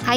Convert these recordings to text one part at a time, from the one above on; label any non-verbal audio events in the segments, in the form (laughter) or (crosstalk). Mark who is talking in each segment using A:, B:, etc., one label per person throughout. A: Hi,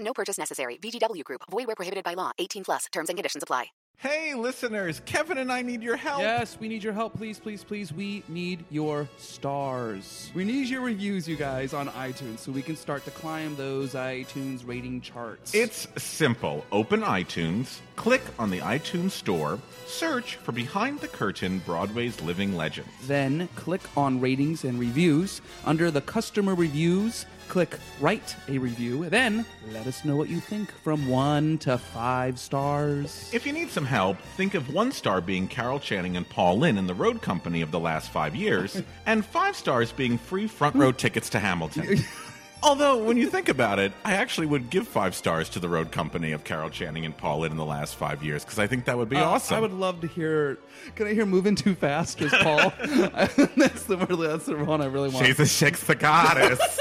B: No purchase necessary. VGW Group. Void where prohibited by law. 18 plus. Terms and conditions apply.
C: Hey, listeners, Kevin and I need your help.
D: Yes, we need your help. Please, please, please. We need your stars. We need your reviews, you guys, on iTunes so we can start to climb those iTunes rating charts.
C: It's simple. Open iTunes, click on the iTunes store, search for Behind the Curtain Broadway's Living Legends.
D: Then click on ratings and reviews. Under the customer reviews, click write a review. Then let us know what you think from one to five stars.
C: If you need some help, think of one star being Carol Channing and Paul Lynn in the road company of the last five
E: (laughs)
C: years, and five stars being free front row tickets to Hamilton.
E: (laughs)
C: Although, when you think about it, I actually would give five stars to the road company of Carol Channing and Paul Lynn in the last five years because I think that would be
D: Uh,
C: awesome.
D: I would love to hear. Can I hear "Moving Too Fast" as Paul? (laughs)
C: (laughs)
D: that's the that's the one I really want.
C: She's a shakes the goddess.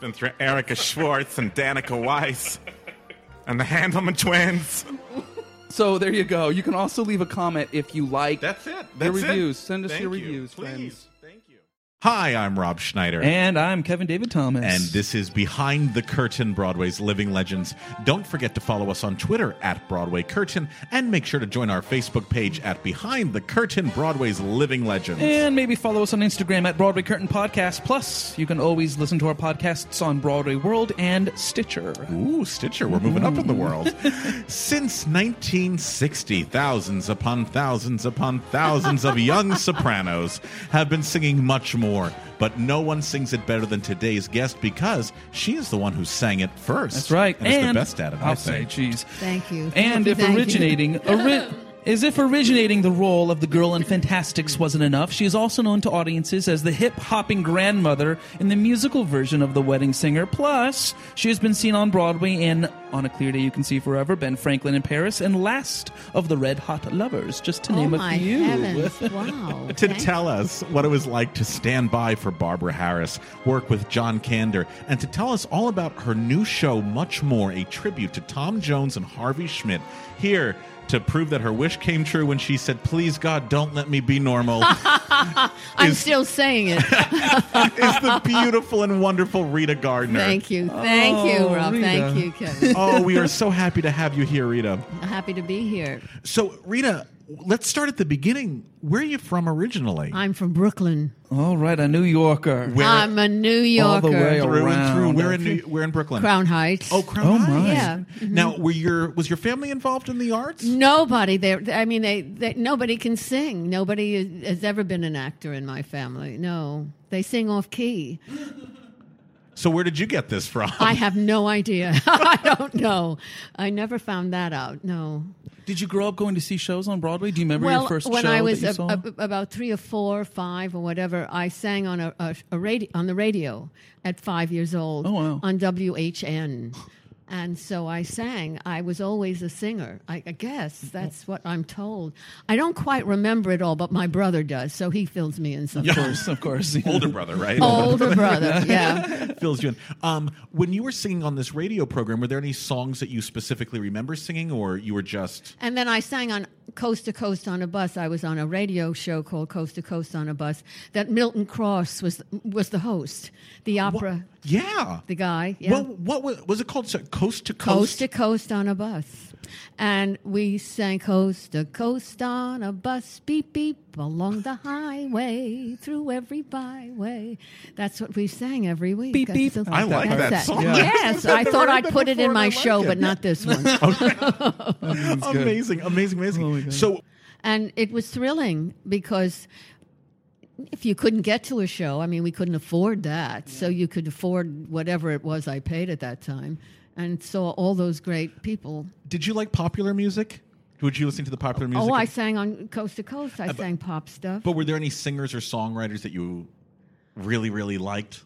C: Been through Erica Schwartz and Danica Weiss and the Handelman twins.
D: So there you go. You can also leave a comment if you like.
C: That's it. That's
D: your
C: it.
D: reviews. Send us
C: Thank
D: your
C: you.
D: reviews,
C: Please.
D: friends.
C: Thank you. Hi, I'm Rob Schneider.
D: And I'm Kevin David Thomas.
C: And this is Behind the Curtain, Broadway's Living Legends. Don't forget to follow us on Twitter at Broadway Curtain and make sure to join our Facebook page at Behind the Curtain, Broadway's Living Legends.
D: And maybe follow us on Instagram at Broadway Curtain Podcast. Plus, you can always listen to our podcasts on Broadway World and Stitcher.
C: Ooh, Stitcher, we're moving up in
D: (laughs)
C: the world. Since 1960, thousands upon thousands upon thousands of young sopranos have been singing much more, but no one sings it better than today's guest because she is the one who sang it first.
D: That's right.
C: And, is the best at it, I
D: I'll say,
C: think.
D: geez.
F: Thank you. (laughs)
D: And if
F: Thank you.
D: originating, ori- as if originating the role of the girl in Fantastics wasn't enough, she is also known to audiences as the hip hopping grandmother in the musical version of The Wedding Singer. Plus, she has been seen on Broadway in On a Clear Day You Can See Forever, Ben Franklin in Paris, and Last of the Red Hot Lovers, just to
F: Oh
D: name
F: my
D: a few.
F: heavens! Wow.
C: to
F: Thank-
C: tell us what it was like to stand by for Barbara Harris, work with John Kander, and to tell us all about her new show, Much More, a tribute to Tom Jones and Harvey Schmidt. Here to prove that her wish came true when she said, Please, God, don't let me be normal,
F: (laughs) I'm
C: is-
F: still saying it.
C: (laughs) is the beautiful and wonderful Rita Gardner.
F: Thank you, thank
D: Oh,
F: you, Rob.
D: Rita.
F: Thank you, Kevin.
C: Oh, we are so happy to have you here, Rita.
F: Happy to be here.
C: So, Rita, let's start at the beginning. Where are you from originally?
F: I'm from Brooklyn.
D: All right, a New Yorker.
C: Where-
F: I'm a New
D: All
F: Yorker.
D: the way around.
C: through and through. We're in
D: I
C: New,
D: think-
C: we're in Brooklyn.
F: Crown Heights.
C: Oh, Crown
D: Oh,
C: Heights.
D: my.
F: Yeah. Mm-hmm.
C: Now, were your was your family involved in the arts?
F: Nobody there. I mean, they, they nobody can sing. Nobody is, has ever been an actor in my family. No, they sing off key.
C: So where did you get this from?
F: I
C: (laughs)
F: have no idea. I don't know. I never found that out. No.
D: Did you grow up going to see shows on Broadway? Do you remember
F: well,
D: your first
F: when
D: show
F: I was
D: that you
F: ab-
D: saw?
F: ab- about three or four, or five, or whatever, I sang on a, a, a radio on the radio at five years old
D: Oh, wow.
F: on WHN.
C: And so I sang. I was always a singer. I, I guess that's what I'm told. I don't quite remember it all, but my brother does, so he fills me in
D: Of
C: sometimes.
D: course, of course.
G: (laughs) Older brother, right? (laughs)
C: Older brother, yeah.
G: Fills you in. Um, when you were singing on this radio program, were there any songs that you specifically remember singing, or you were just
C: And then I sang on Coast to Coast on a Bus. I was on a radio show called Coast to Coast on a Bus that Milton Cross was was the host, the opera,
G: yeah?
C: the guy. Yeah.
G: Well, what was was it called? So, coast to coast.
C: coast to coast on a bus. And we sang coast to coast on a bus, beep beep, along the highway, through every byway. That's what we sang every week.
D: Beep, beep.
C: still-
G: I like that
C: that's
G: song.
C: it.
G: Yeah. (laughs)
C: Yes, I
G: Never
C: thought
G: heard
C: I'd
G: that
C: put it
G: before,
C: in
G: and I
C: my
G: like
C: show,
G: it.
C: but not this
G: (laughs)
C: one. (laughs)
G: amazing, amazing, amazing. so
C: And it was thrilling because if you couldn't get to a show, I mean, we couldn't afford that. So you could afford whatever it was I paid at that time and saw all those great people.
G: Did you like popular music? Would you listen to the popular music?
C: Oh, I sang on Coast to Coast. I sang pop stuff.
G: But were there any singers or songwriters that you really, really liked?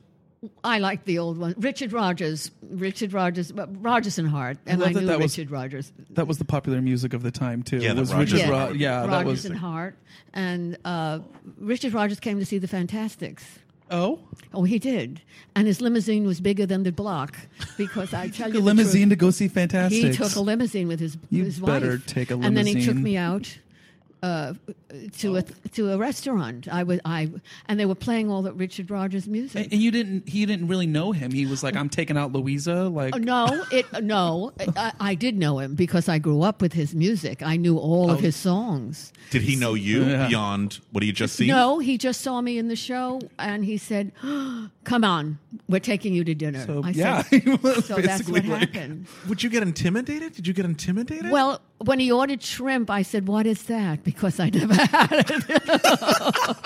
C: I liked the old one. Richard Rogers. Richard Rogers. but Rogers and Hart. And
D: love
C: I
D: that
C: knew
D: that was-
C: Richard Rogers.
D: That was the popular music of the time too.
G: Yeah,
D: It
G: the
D: was
G: Rogers
D: Richard
G: and
D: Ro-
G: Hart.
D: yeah, that
C: Rogers
D: was.
C: and Hart. And uh, Richard Rogers came to see the Fantastics.
D: oh,
C: Oh, he did. And his limousine was bigger than the block because I tell you,
D: a
C: the
D: limousine to
C: truth,
D: go see Fantastic.
C: He took a limousine with his
D: You
C: his
D: better
C: wife.
D: take a
C: And then he took
D: limousine.
C: me out uh, to a to a restaurant. I was I and they were playing all that Richard Rogers music.
D: and you didn't. He didn't really know him. He was like, "I'm taking out Louisa." Like,
C: Oh, no, it no. I, I did know him because I grew up with his music. I knew all
G: Oh.
C: of his songs.
G: Did he know you beyond what he had just seen?
C: No, he just saw me in the show and he said, (gasps) "Come on, we're taking you to dinner."
D: So,
C: I
D: yeah,
G: (laughs)
C: said,
D: he was
C: so that's
D: basically
C: what
D: like-
C: happened.
G: Would you get intimidated? Did you get intimidated?
C: Well, when he ordered shrimp, I said, What is that? Because I never (laughs) had it. (laughs)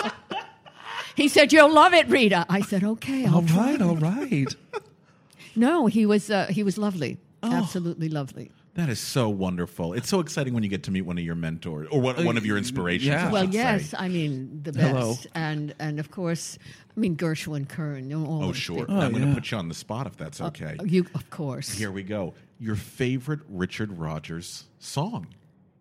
C: he said, You'll love it, Rita. I said, Okay, I'll
D: all
C: try.
D: right, all right.
C: No, he was uh, he was lovely. Absolutely lovely.
G: Oh. that is so wonderful. It's so exciting when you get to meet one of your mentors or one, one of your inspirations.
D: yeah.
G: I
C: Uh, Well,
G: should say.
C: yes, I mean the best.
D: Hello.
C: And and of course, I mean Gershwin Kern, you know, all
G: Oh,
C: those
G: sure.
C: people. Uh,
G: I'm going to
D: yeah.
G: put you on the spot if that's okay.
C: You of course.
G: Here we go. Your favorite Richard Rogers song?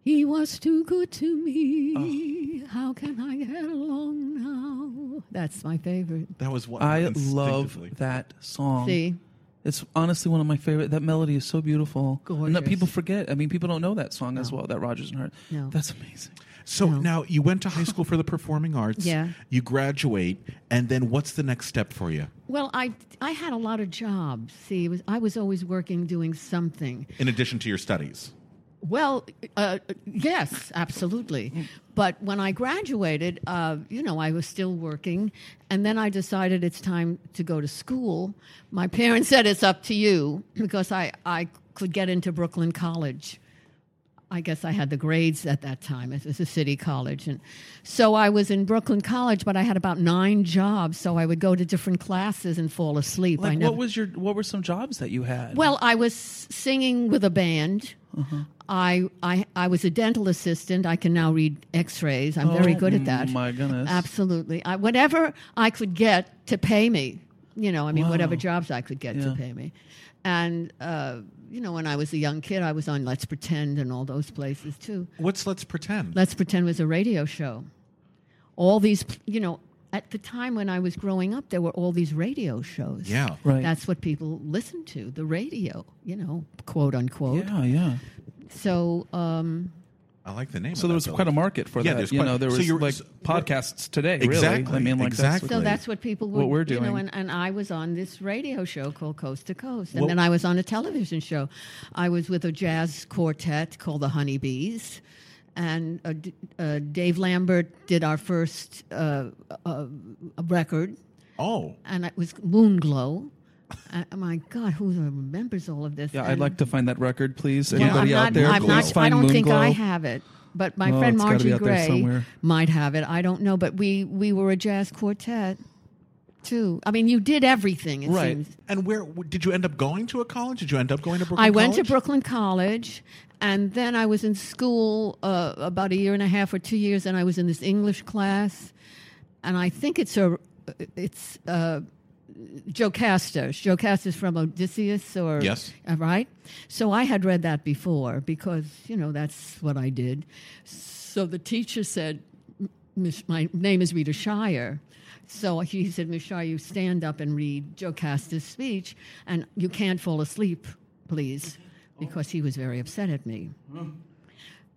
C: He was too good to
G: Oh.
C: me. How can I get along now? That's my favorite.
G: That was what (laughs)
D: I love
G: instinctively-
D: that song.
C: See?
D: It's honestly one of my favorite. That melody is so beautiful. And that
C: Gorgeous.
D: people forget. I mean, people don't know that song as well, that Rogers and Hart.
C: No.
D: That's amazing.
G: So now you went to high
C: (laughs)
G: school for the performing arts.
C: Yeah.
G: You graduate, and then what's the next step for you?
C: Well, I I had a lot of jobs. See, it was, I was always working doing something.
G: In addition to your studies.
C: Well, uh, yes,
D: Mm.
C: absolutely. But when I graduated, uh, you know, I was still working, and then I decided it's time to go to school. My parents said it's up to you because I I could get into Brooklyn College. I guess I had the grades at that time. It was a city college. And so I was in Brooklyn College, but I had about nine jobs. So I would go to different classes and fall asleep. I
D: Like,
C: never-
D: what was your? What were some jobs that you had?
C: well, I was singing with a band. I, I I was a dental assistant. I can now read X-rays. I'm very
D: Oh,
C: good at that.
D: my goodness.
C: Absolutely. I, whatever I could get to pay me, you know, I mean, whatever
D: Wow.
C: jobs I could get
D: Yeah.
C: to pay me, and uh, you know, when I was a young kid, I was on Let's Pretend and all those places too.
G: What's Let's Pretend?
C: Let's Pretend was a radio show. All these, you know, at the time when I was growing up, there were all these radio shows.
G: Yeah.
D: Right.
C: That's what people listened to, the radio, you know, quote unquote.
D: Oh, yeah, yeah.
C: So, um,
G: I like the name.
D: So there was quite a market for
G: Yeah,
D: that.
G: there's
D: you
G: quite-
D: know, there
G: so
D: was
G: you're-
D: like
G: so-
D: podcasts today.
G: Exactly,
D: Really. I mean, like
G: exactly.
C: so
D: That's
C: that's what people were,
D: What we're
C: You know,
D: doing.
C: and, and I was on this radio show called Coast to Coast. And
G: Well-
C: then I was on a television show. I was with a jazz quartet called the Honeybees. And uh, D- uh, Dave Lambert did our first uh, uh, record.
G: Oh.
C: and it was Moonglow. uh, my God, who remembers all of this?
D: yeah, I'd
C: And-
D: like to find that record, please.
C: Well,
D: Anybody
C: I'm
D: out
C: not,
D: there?
C: I'm
D: please
C: not, I
D: find
C: don't think I
D: Moonglow.
C: have it, but my
D: Oh,
C: friend
D: it's gotta be
C: Margie
D: out there
C: Gray
D: somewhere.
C: might have it. I don't know, but we we were a jazz quartet too. I mean, you did everything. It
D: Right.
C: seems.
G: And where did you end up going to a college? Did you end up going to Brooklyn?
C: I went to
G: College?
C: Brooklyn College, and then I was in school uh, about a year and a half or two years, and I was in this English class, and I think it's a it's uh, Jocasta. Jocasta's from Odysseus, or
G: Yes.
C: uh, right? So I had read that before because you know that's what I did. So the teacher said, "M- Miss, "My name is Rita Shire." So he said, "Miss Shire, you stand up and read Jocasta's speech, and you can't fall asleep, please," because he was very upset at me.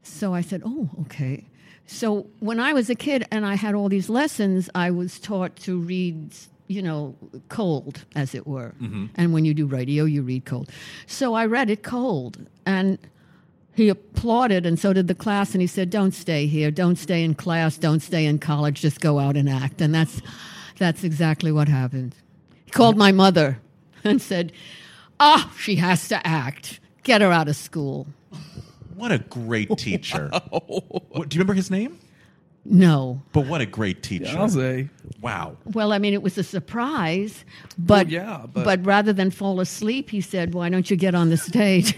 C: So I said, "Oh, okay." So when I was a kid and I had all these lessons, I was taught to read, you know, cold, as it were. And when you do radio, you read cold. So I read it cold, and he applauded, and so did the class. And he said, "Don't stay here. Don't stay in class. Don't stay in college. Just go out and act." And that's that's exactly what happened. He called my mother and said, "Ah, she has to act. Get her out of school."
G: What a great teacher. What, do you remember his name?
C: No.
G: But what a great teacher.
D: I'll say.
G: Wow.
C: Well, I mean, it was a surprise, but
D: yeah, but-
C: but, rather than fall asleep, he said, "Why don't you get on the stage?"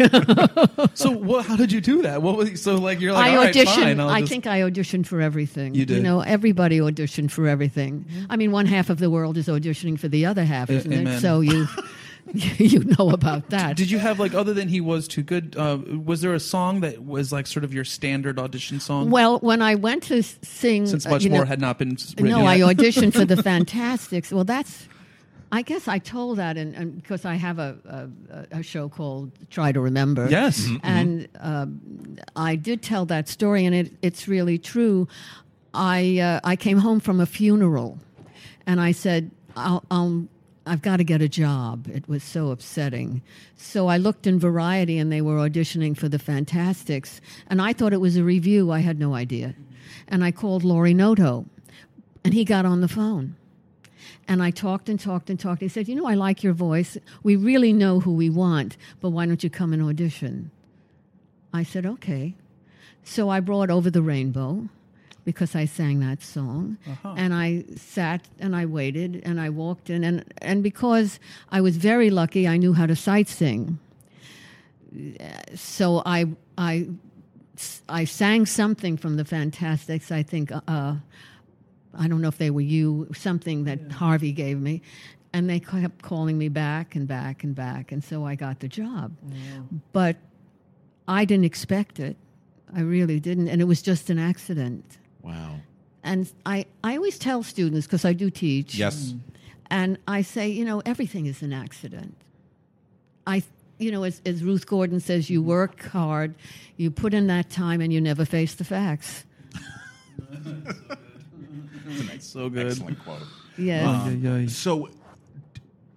D: So what, how did you do that? What was so like? You're like
C: I
D: all right,
C: auditioned.
D: fine. I'll
C: I
D: just-
C: think I auditioned for everything.
D: You did.
C: know, everybody auditioned for everything. I mean, one half of the world is auditioning for the other half,
D: A-
C: isn't
D: amen.
C: it? So you (laughs) you know about that.
D: Did you have like other than he was too good? Uh, was there a song that was like sort of your standard audition song?
C: Well, when I went to s- sing,
D: since
C: uh,
D: much
C: you know-
D: more had not been s- written.
C: No, I
D: yet.
C: auditioned for the Fantastics. Well, that's. I guess I told that, and, and because I have a, a a show called Try to Remember.
D: Yes. Mhm, mhm.
C: and um, I did tell that story, and it, it's really true. I uh, I came home from a funeral, and I said, I'll, I'll I've got to get a job. It was so upsetting. So I looked in Variety, and they were auditioning for the Fantastics, and I thought it was a review. I had no idea, and I called Laurie Noto, and he got on the phone. And I talked and talked and talked. He said, You know, I like your voice. We really know who we want, but why don't you come and audition? I said, Okay. So I brought Over the Rainbow because I sang that song. And I sat and I waited and I walked in. And, and because I was very lucky, I knew how to sight sing. So I, I, I sang something from the Fantastics, I think. Uh, I don't know if they were you, something that Harvey gave me. And they kept calling me back and back and back. And so I got the job. But I didn't expect it. I really didn't. And it was just an accident.
G: Wow.
C: And I, I always tell students, because I do teach.
G: Yes.
C: And I say, you know, everything is an accident. I, you know, as, as Ruth Gordon says, you work hard, you put in that time, and you never face the facts.
D: (laughs) so good. Um,
G: Excellent quote.
C: Yes.
D: Ay, ay, ay.
G: So, d-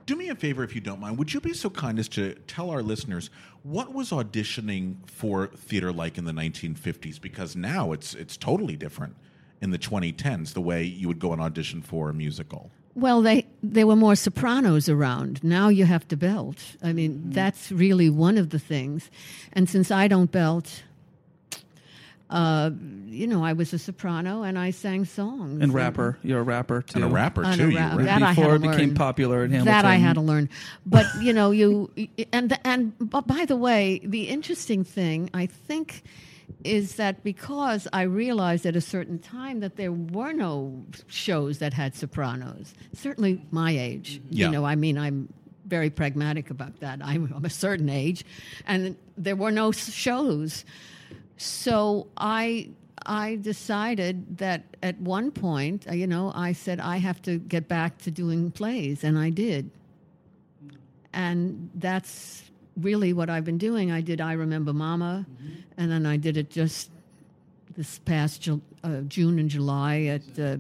G: do me a favor if you don't mind. Would you be so kind as to tell our listeners what was auditioning for theater like in the 1950s? Because now it's it's totally different in the 2010s. The way you would go and audition for a musical.
C: Well, they there were more sopranos around. Now you have to belt. I mean, that's really one of the things. And since I don't belt, uh, you know, I was a soprano and I sang songs
D: and rapper. You're a rapper too.
G: And a rapper
C: And
G: too.
C: a
G: you
C: ra- oh,
G: were.
C: that I had
D: Before
C: to
D: it became
C: learn.
D: popular in
C: That I
D: Hamilton.
C: had to learn. But you know, you and and but by the way, the interesting thing I think is that because I realized at a certain time that there were no shows that had sopranos. Certainly my age.
G: Yeah.
C: You know, I mean, I'm very pragmatic about that. I'm of a certain age, and there were no s- shows. So I I decided that at one point, uh, you know, I said I have to get back to doing plays, and I did. And that's really what I've been doing. I did I Remember Mama, and then I did it just this past Ju- uh, June and July at uh,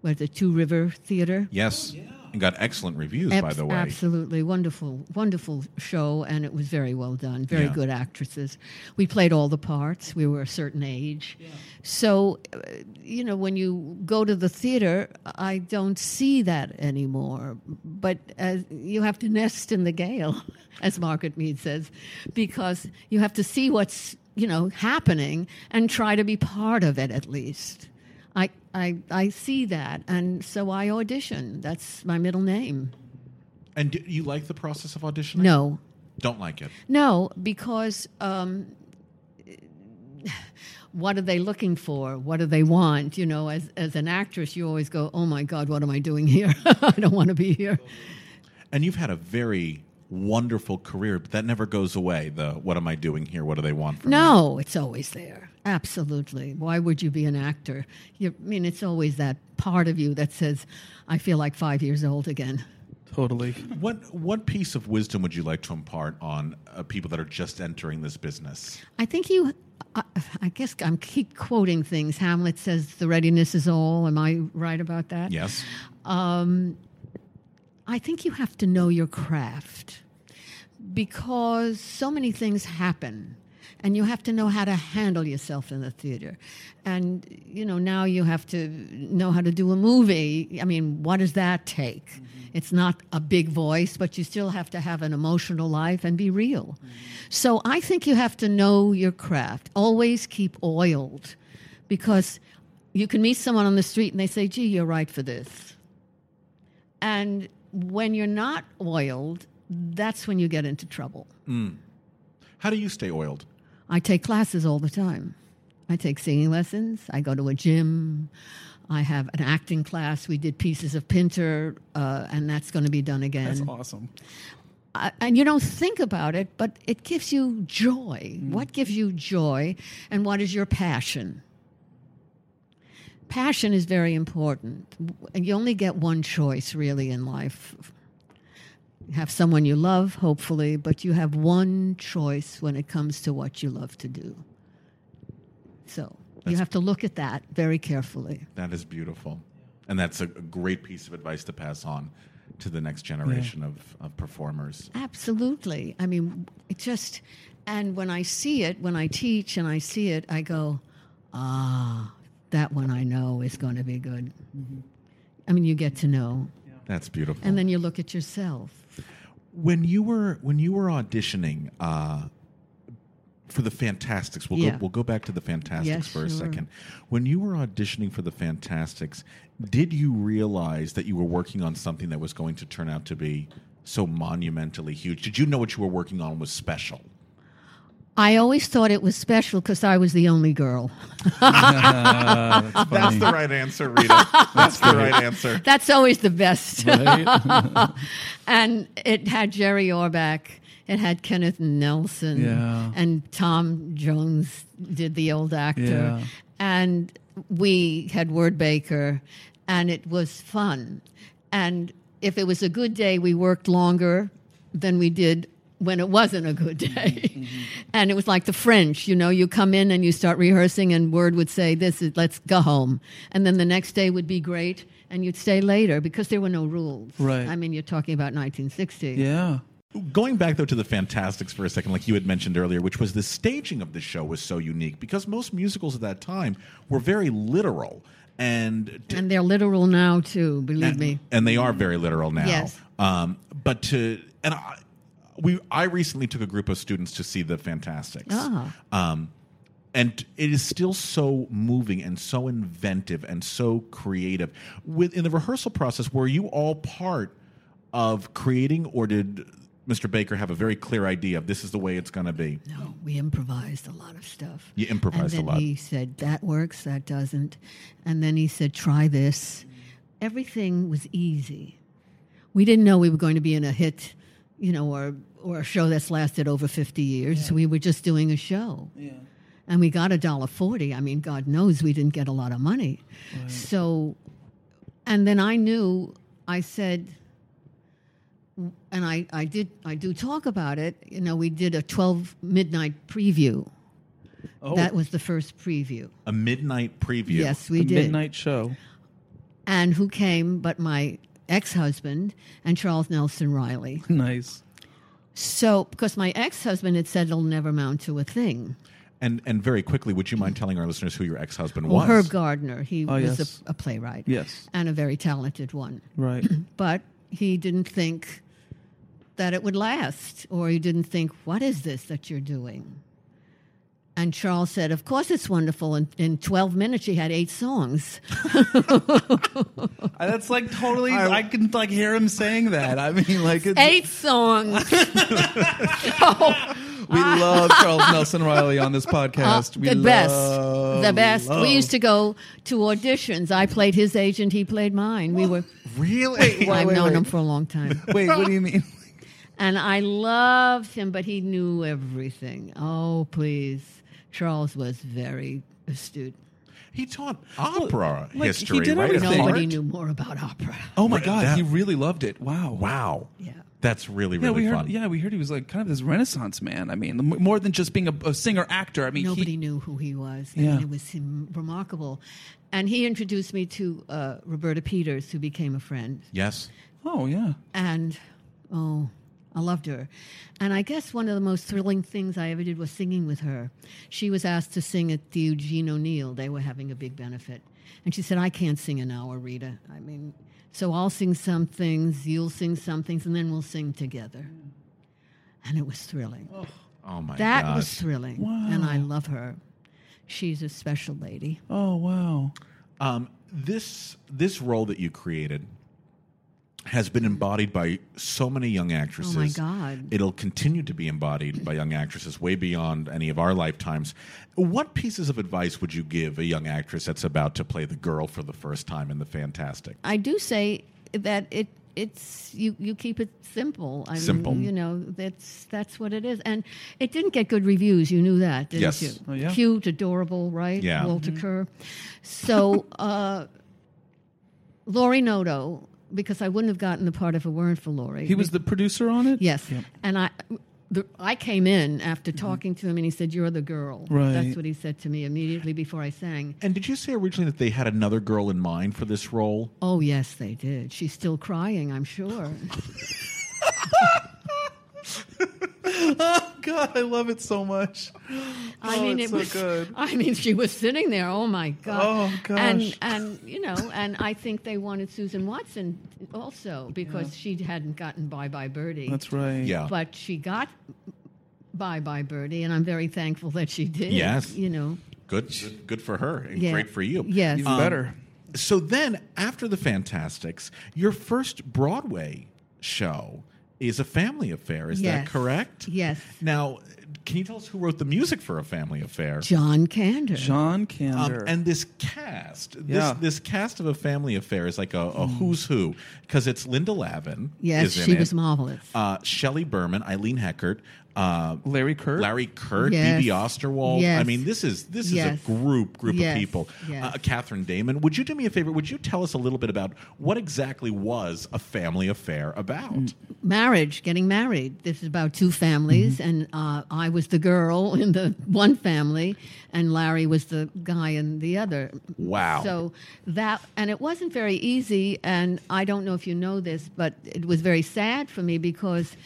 C: what, the Two River Theater.
G: Yes. And got excellent reviews, by
C: Abs-
G: the way.
C: Absolutely wonderful, wonderful show, and it was very well done. Very
G: Yeah.
C: good actresses. We played all the parts. We were a certain age, so uh, you know when you go to the theater, I don't see that anymore. But as, you have to nest in the gale, as Margaret Mead says, because you have to see what's you know happening and try to be part of it at least. I, I, I see that, and so I audition. That's my middle name.
G: And do you like the process of auditioning?
C: No,
G: Don't like it.
C: no, because um, what are they looking for? What do they want? You know, as as an actress, you always go, "Oh my God, what am I doing here? I don't want to be here."
G: And you've had a very wonderful career, but that never goes away. The what am I doing here? What do they want from me?
C: No, it's always there. Absolutely. Why would you be an actor? You, I mean, it's always that part of you that says, I feel like five years old again.
D: Totally.
G: What what piece of wisdom would you like to impart on uh, people that are just entering this business?
C: I think you. I, I guess I'm keep quoting things. Hamlet says, "The readiness is all." Am I right about that?
G: Yes.
C: Um, I think you have to know your craft because so many things happen, and you have to know how to handle yourself in the theater. And you know now you have to know how to do a movie. I mean, what does that take? It's not a big voice, but you still have to have an emotional life and be real. So I think you have to know your craft. Always keep oiled because you can meet someone on the street and they say, gee, you're right for this. And when you're not oiled, that's when you get into trouble.
G: Mm. How do you stay oiled?
C: I take classes all the time. I take singing lessons. I go to a gym. I have an acting class. We did pieces of Pinter, uh, and that's going to be done again.
D: That's awesome.
C: (laughs) I, and you don't think about it, but it gives you joy. What gives you joy, and what is your passion? Passion is very important. W- You only get one choice, really, in life. You have someone you love, hopefully, but you have one choice when it comes to what you love to do. So you have to look at that very carefully.
G: That is beautiful. And that's a a great piece of advice to pass on to the next generation of, of performers.
C: Absolutely. I mean, it just, and when I see it, when I teach and I see it, I go, ah, that one I know is going to be good. I mean, you get to know,
G: That's beautiful.
C: and then you look at yourself.
G: when you were when you were auditioning uh, for the Fantastics, we'll go
C: Yeah.
G: we'll go back to the Fantastics
C: Yes,
G: for a
C: sure.
G: second. When you were auditioning for the Fantastics, did you realize that you were working on something that was going to turn out to be so monumentally huge? Did you know what you were working on was special?
C: I always thought it was special because I was the only girl.
G: That's the right answer, Rita. That's
C: (laughs)
G: the right answer.
C: That's always the best. and it had Jerry Orbach. It had Kenneth Nelson.
D: Yeah.
C: And Tom Jones did the old actor.
D: Yeah.
C: And we had Word Baker. And it was fun. And if it was a good day, we worked longer than we did when it wasn't a good day. and it was like the French, you know, you come in and you start rehearsing, and Word would say, This is, let's go home. And then the next day would be great, and you'd stay later because there were no rules.
D: Right.
C: I mean, you're talking about 1960.
D: Yeah.
G: Going back though to the Fantastics for a second, like you had mentioned earlier, which was the staging of the show was so unique because most musicals at that time were very literal and to-
C: And they're literal now, too, believe me.
G: and they are very literal now.
C: Yes.
G: Um, but to and I, we I recently took a group of students to see the Fantastics.
C: Ah.
G: Um, and it is still so moving and so inventive and so creative. With in the rehearsal process, were you all part of creating, or did Mr. Baker have a very clear idea of this is the way it's going to be?
C: No, we improvised a lot of stuff.
G: You improvised a
C: and then
G: lot.
C: He said that works, that doesn't, and then he said try this. Everything was easy. We didn't know we were going to be in a hit, you know, or or a show that's lasted over fifty years. We were just doing a show. Yeah. And we got a dollar forty. I mean, God knows we didn't get a lot of money. So, and then I knew. I said, and I, I did I do talk about it. You know, we did a twelve midnight preview.
D: Oh,
C: That was the first preview.
G: A midnight preview.
C: Yes, we
D: the
C: did.
D: midnight show. (laughs)
C: And who came but my ex husband and Charles Nelson Riley.
D: Nice.
C: So because my ex husband had said it'll never amount to a thing.
G: And and very quickly, would you mind telling our listeners who your ex husband
C: Well,
G: was?
C: Herb Gardner, he
D: Oh,
C: was
D: yes.
C: a, a playwright.
D: Yes.
C: And a very talented one.
D: Right.
C: But he didn't think that it would last, or he didn't think, what is this that you're doing? And Charles said, Of course it's wonderful. And in 12 minutes, she had eight songs.
D: Uh, (laughs) That's like totally. I, can like hear him saying that. I mean, like it's,
C: Eight songs.
D: we love Charles Nelson Riley on
C: (laughs)
D: this podcast. we
C: Uh, the best.
D: love-
C: the best.
D: love.
C: We used to go to auditions. I played his agent, he played mine. We were
H: Really? Wait,
C: I've
H: wait,
C: known
H: wait.
C: him for a long
D: (laughs)
C: time.
H: Wait, what do you mean?
C: And I loved him, but he knew everything. Oh, please. Charles was very astute.
G: He taught opera
D: like, he
G: history,
D: did
G: right?
D: everything.
G: Art?
C: Nobody knew more about opera.
D: Oh my
G: Right,
D: god,
G: that-
D: he really loved it. Wow.
G: Wow. Yeah. That's really
D: yeah,
G: really
D: we heard.
G: fun.
D: Yeah, we heard he was like kind of this Renaissance man. I mean, m- more than just being a, a singer actor. I mean, he-
C: Nobody knew who he was. I
D: Yeah.
C: mean, it was him, remarkable. And he introduced me to uh, Roberta Peters, who became a friend.
G: Yes.
D: Oh yeah.
C: And, oh, I loved her. And I guess one of the most thrilling things I ever did was singing with her. She was asked to sing at the Eugene O'Neill. They were having a big benefit. And she said, I can't sing an hour, Rita. I mean, so I'll sing some things, you'll sing some things, and then we'll sing together. And it was thrilling.
G: Oh my
C: That
G: gosh.
C: was thrilling. And I love her. She's a special lady.
D: Oh wow.
G: Um, this this role that you created has been embodied by so many young actresses.
C: Oh God.
G: It'll continue to be embodied by young actresses way beyond any of our lifetimes. What pieces of advice would you give a young actress that's about to play the girl for the first time in the Fantastic?
C: I do say that it it's you you keep it simple. I
G: Simple.
C: Mean, you know, that's that's what it is. And it didn't get good reviews, you knew that, didn't
G: Yes.
C: you?
G: Oh, yeah.
C: Cute, adorable, right?
G: Yeah.
C: Walter Kerr. So uh Lori Noto, because I wouldn't have gotten the part if it weren't for Lori.
D: He was the producer on it.
C: Yes. And I, the, I came in after
D: Mm-hmm.
C: talking to him, and he said, "You're the girl."
G: Right.
C: That's what he said to me immediately before I sang.
G: And did you say originally that they had another girl in mind for this role?
C: Oh yes, they did. She's still crying, I'm
D: (laughs)
C: sure.
D: oh (laughs) god, I love it so much.
C: I
D: Oh,
C: mean,
D: it's
C: it
D: so
C: was.
D: good.
C: (laughs) I mean, she was sitting there. Oh my god.
D: Oh, gosh.
C: And and you know, and I think they wanted Susan Watson also because she hadn't gotten Bye Bye Birdie.
D: That's right.
G: Yeah.
C: But she got Bye Bye Birdie, and I'm very thankful that she did.
G: Yes.
C: You know.
G: Good, good for her, and
C: Yeah.
G: great for you.
C: Yes. Even
D: better.
G: So then, after the Fantastics, your first Broadway show is a family affair. Is
C: Yes.
G: that correct?
C: Yes.
G: Now, can you tell us who wrote the music for a family affair?
C: John Kander.
D: John
G: Um,
D: Kander.
G: and this cast, this
D: Yeah.
G: this cast of a family affair is like a, a who's who because it's Linda Lavin.
C: Yes,
G: is in
C: she
G: it.
C: was marvelous.
G: Uh, Shelley Berman, Eileen Heckert, uh,
D: Larry Kirk,
G: Larry Kirk,
C: Yes.
G: B.B. Osterwald. I
C: Yes.
G: mean, this is this
C: Yes.
G: is a group group
C: Yes.
G: of people.
C: Yes.
G: Uh, Catherine Damon, would you do me a favor? Would you tell us a little bit about what exactly was a family affair about?
C: marriage, getting married. This is about two families,
D: Mm-hmm.
C: and uh, I was the girl (laughs) in the one family, and Larry was the guy in the other.
G: Wow.
C: So that, and it wasn't very easy, and I don't know if you know this, but it was very sad for me because.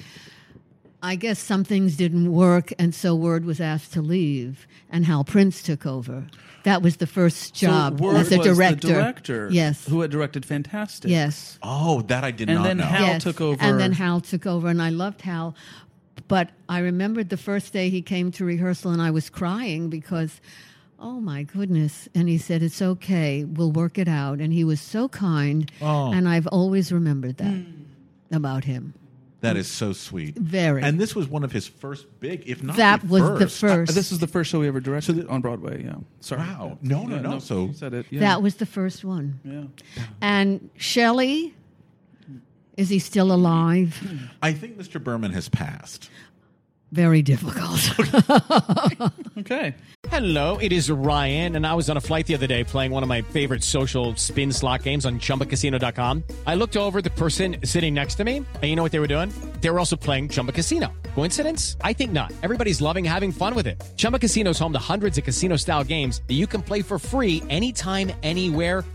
C: I guess some things didn't work, and so Word was asked to leave, and Hal Prince took over. That was the first
D: So
C: job
D: Word
C: as a
D: was
C: director.
D: The director.
C: Yes.
D: Who had directed Fantastic?
C: Yes.
G: Oh, that I did
D: And
G: not
D: then
G: know.
D: Hal took over.
C: And then Hal took over, and I loved Hal. But I remembered the first day he came to rehearsal, and I was crying because, oh my goodness. And he said, It's okay, we'll work it out. And he was so kind.
G: Oh.
C: And I've always remembered that about him.
G: That is so sweet.
C: Very.
G: And this was one of his first big, if not
C: That
G: the
C: was the first.
D: Uh, This was the first show we ever directed on Broadway. Yeah. Sorry.
G: Wow. No, no,
D: Yeah,
G: no. So-
D: you said it. Yeah.
C: That was the first one.
D: Yeah.
C: And Shelley, is he still alive?
G: I think Mr. Berman has passed.
C: Very difficult. (laughs)
D: Okay.
I: Hello, it is Ryan, and I was on a flight the other day playing one of my favorite social spin slot games on chumbacasino.com. I looked over at the person sitting next to me, and you know what they were doing? They were also playing Chumba Casino. Coincidence? I think not. Everybody's loving having fun with it. Chumba Casino is home to hundreds of casino style games that you can play for free anytime, anywhere,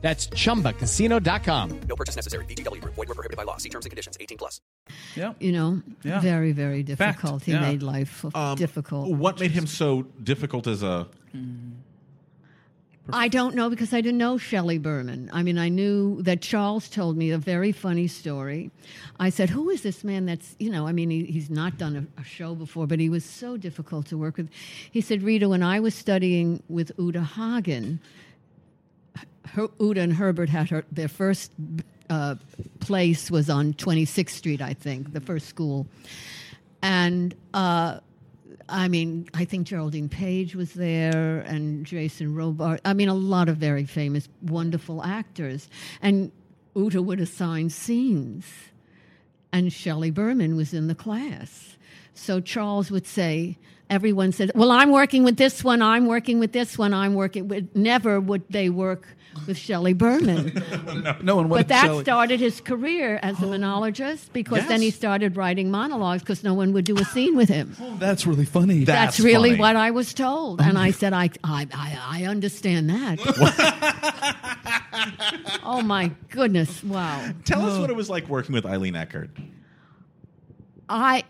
I: That's ChumbaCasino.com.
J: No purchase necessary. VGW Group. Void were prohibited by law. See terms and conditions. 18 plus.
D: Yeah.
C: You know,
G: Yeah.
C: very, very difficult. He
G: yeah.
C: made life
G: Um,
C: difficult.
G: What made him so difficult as a?
C: I don't know because I didn't know Shelley Berman. I mean, I knew that Charles told me a very funny story. I said, Who is this man that's, you know, I mean, he, he's not done a, a show before, but he was so difficult to work with. He said, Rita, when I was studying with Uta Hagen, her, Uta and Herbert had her, their first uh, place was on 26th Street, I think, the first school. And uh, I mean, I think Geraldine Page was there and Jason Robart. I mean, a lot of very famous, wonderful actors. And Uta would assign scenes. And Shelley Berman was in the class. So Charles would say, everyone said, Well, I'm working with this one, I'm working with this one, I'm working with. Never would they work with Shelley
D: (laughs)
C: Berman.
D: no, no one would.
C: But that
D: sell it.
C: started his career as a monologist because then
D: Oh.
C: he
D: Yes.
C: started writing monologues because no one would do a scene with him.
D: That's really funny. Oh
C: That's, really what I was told, and I said, I, I, I, I understand that. (laughs) oh my goodness! Wow.
G: Tell us what it was like working with Eileen Eckert.
C: I,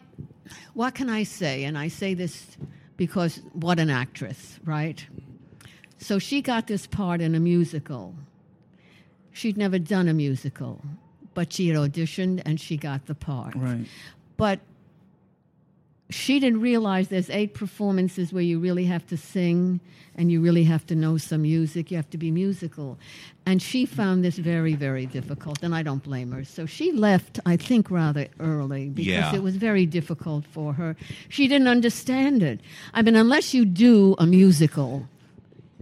C: what can I say? And I say this because what an actress, right? So she got this part in a musical. She'd never done a musical, but she had auditioned and she got the part.
D: Right.
C: But she didn't realize there's eight performances where you really have to sing and you really have to know some music. You have to be musical. And she found this very, very difficult, and I don't blame her. So she left, I think, rather early because
H: Yeah.
C: it was very difficult for her. She didn't understand it. I mean, unless you do a musical,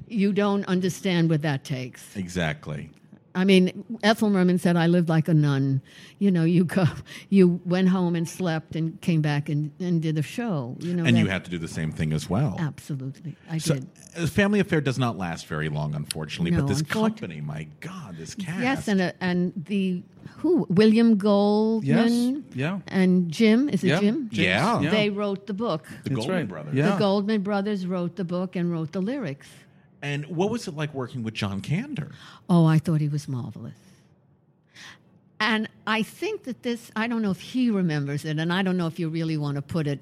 C: you don't understand what that takes.
G: Exactly.
C: I mean, Ethel Merman said, I lived like a nun. You know, you go, you went home and slept and came back and, and did a show. You know,
G: and you
C: that-
G: had to do the same thing as well.
C: Absolutely. I
G: so,
C: did.
G: uh, Family Affair does not last very long, unfortunately.
C: No,
G: but this
C: unfortun-
G: company, my God, this cast.
C: Yes, and, uh, and the, who? William Goldman.
G: Yeah.
C: And Jim. Is it
G: Yeah.
C: Jim?
G: James. Yeah. Yeah.
C: They wrote the book.
G: The That's Goldman right. Brothers.
C: The
G: Yeah.
C: Goldman Brothers wrote the book and wrote the lyrics.
G: And what was it like working with John Kander?
C: Oh, I thought he was marvelous. And I think that this, I don't know if he remembers it, and I don't know if you really want to put it.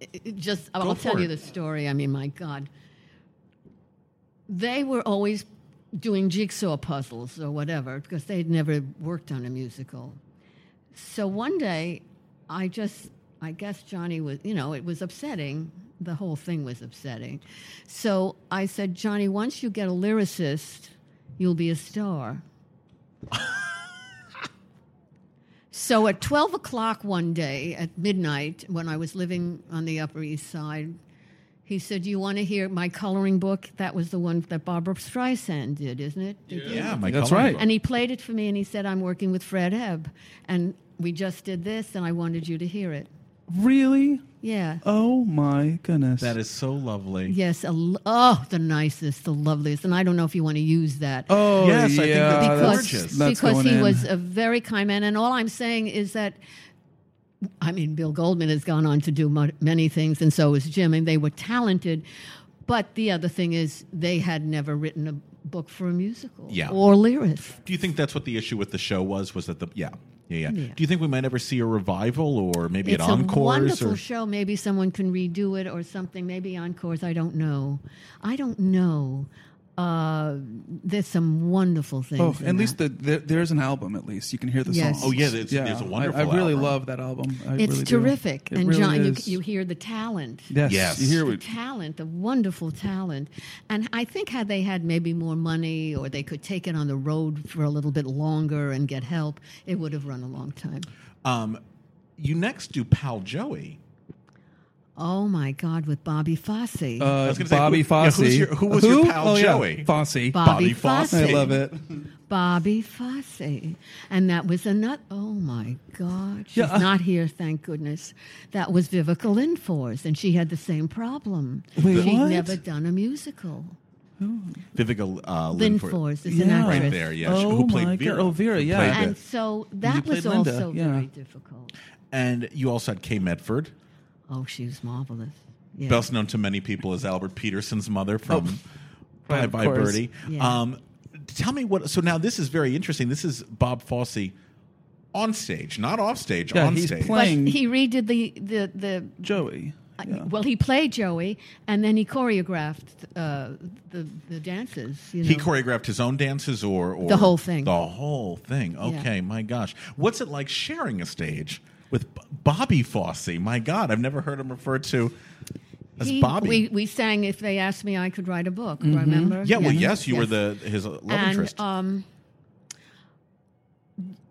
C: it- it just, I'll
H: Go
C: tell
H: for
C: you
H: it.
C: the story. I mean, my God. They were always doing jigsaw puzzles or whatever because they'd never worked on a musical. So one day, I just, I guess Johnny was, you know, it was upsetting. The whole thing was upsetting. So I said, Johnny, once you get a lyricist, you'll be a star. So at 12 o'clock one day at midnight, when I was living on the Upper East Side, he said, Do you want to hear my coloring book? That was the one that Barbara Streisand did, isn't it? Did you?
G: Yeah, my That's coloring right. book.
C: And he played it for me and he said, I'm working with Fred Ebb. And we just did this and I wanted you to hear it.
D: Really?
C: Yeah.
D: Oh my goodness.
G: That is so lovely.
C: Yes. a l- oh, the nicest, the loveliest. And I don't know if you want to use that.
D: Oh, Yes, I think yeah, that'd be
C: because,
D: gorgeous. that's
C: because
D: going
C: he
D: in.
C: was a very kind man. And all I'm saying is that, I mean, Bill Goldman has gone on to do mo- many things, and so has Jim, and they were talented. But the other thing is, they had never written a book for a musical
G: Yeah.
C: or lyrics.
G: Do you think that's what the issue with the show was? Was that the yeah. Yeah, yeah.
C: Yeah.
G: Do you think we might ever see a revival or maybe
C: it's
G: an
C: a
G: encores?
C: wonderful
G: Or,
C: show. Maybe someone can redo it or something. Maybe encores. I don't know. I don't know. Uh, there's some wonderful things.
D: Oh,
C: in
D: at
C: that.
D: least the, there, there's an album. At least you can hear the
C: Yes.
D: songs.
C: Oh, yeah,
G: there's- there's a
D: I-
G: wonderful
D: I, really
G: album.
D: love that album. I
C: it's
D: really do.
C: terrific,
D: It
C: and
D: really
C: John,
D: is.
C: you you hear the talent.
D: Yes, Yes. you hear
C: the
D: it.
C: talent, the wonderful talent, and I think had they had maybe more money, or they could take it on the road for a little bit longer and get help, it would have run a long time.
G: um, you next do Pal Joey.
C: Oh my God, with Bobby Fosse.
D: Uh,
G: I was gonna say,
D: Bobby
G: who- yeah, who's
D: Fosse.
G: your- who was your pal
D: oh, yeah.
G: Joey?
D: Fosse.
C: Bobby Bobby Fosse. Fosse.
D: I love it.
C: Bobby Fosse. And that was another, oh my God, she's
D: Yeah.
C: not here, thank goodness. That was Vivica Lindfors, and she had the same problem.
G: Wait,
C: She'd
G: what?
C: never done a musical.
G: Vivica uh,
C: Lindfors is an
G: Yeah. Right
C: actress.
G: there, yeah.
D: Oh
G: who played
D: my God.
G: Vera.
D: Oh, Vera,
G: who
D: yeah.
G: played
C: And
G: the-
C: so
D: You
C: that
D: played
C: was
D: Linda,
C: also
D: yeah.
C: very difficult.
G: And you also had Kay Medford,
C: Oh, she was marvelous. Yeah.
G: best known to many people as Albert Peterson's mother from
D: Right,
G: Bye
D: Oh, of
G: Bye
D: course.
G: Birdie.
C: Yeah.
G: Um, Tell me what. So now this is very interesting. This is Bob Fosse on stage, not off stage. (laughs)
D: Yeah,
G: on
D: he's
G: stage,
D: playing-
C: But he redid the the the
D: Joey.
C: uh, Well, he played Joey, and then he choreographed uh, the the dances. You know?
G: He choreographed his own dances, or, or
C: The whole thing.
G: The whole thing. Okay, my gosh, what's it like sharing a stage with B- Bobby Fosse? My God, I've never heard him referred to as
C: He-
G: Bobby.
C: We, we sang if they asked me, I could write a book.
G: Mhm.
C: Remember?
G: Yeah, well, yes, you were the his love
C: and,
G: interest.
C: Um,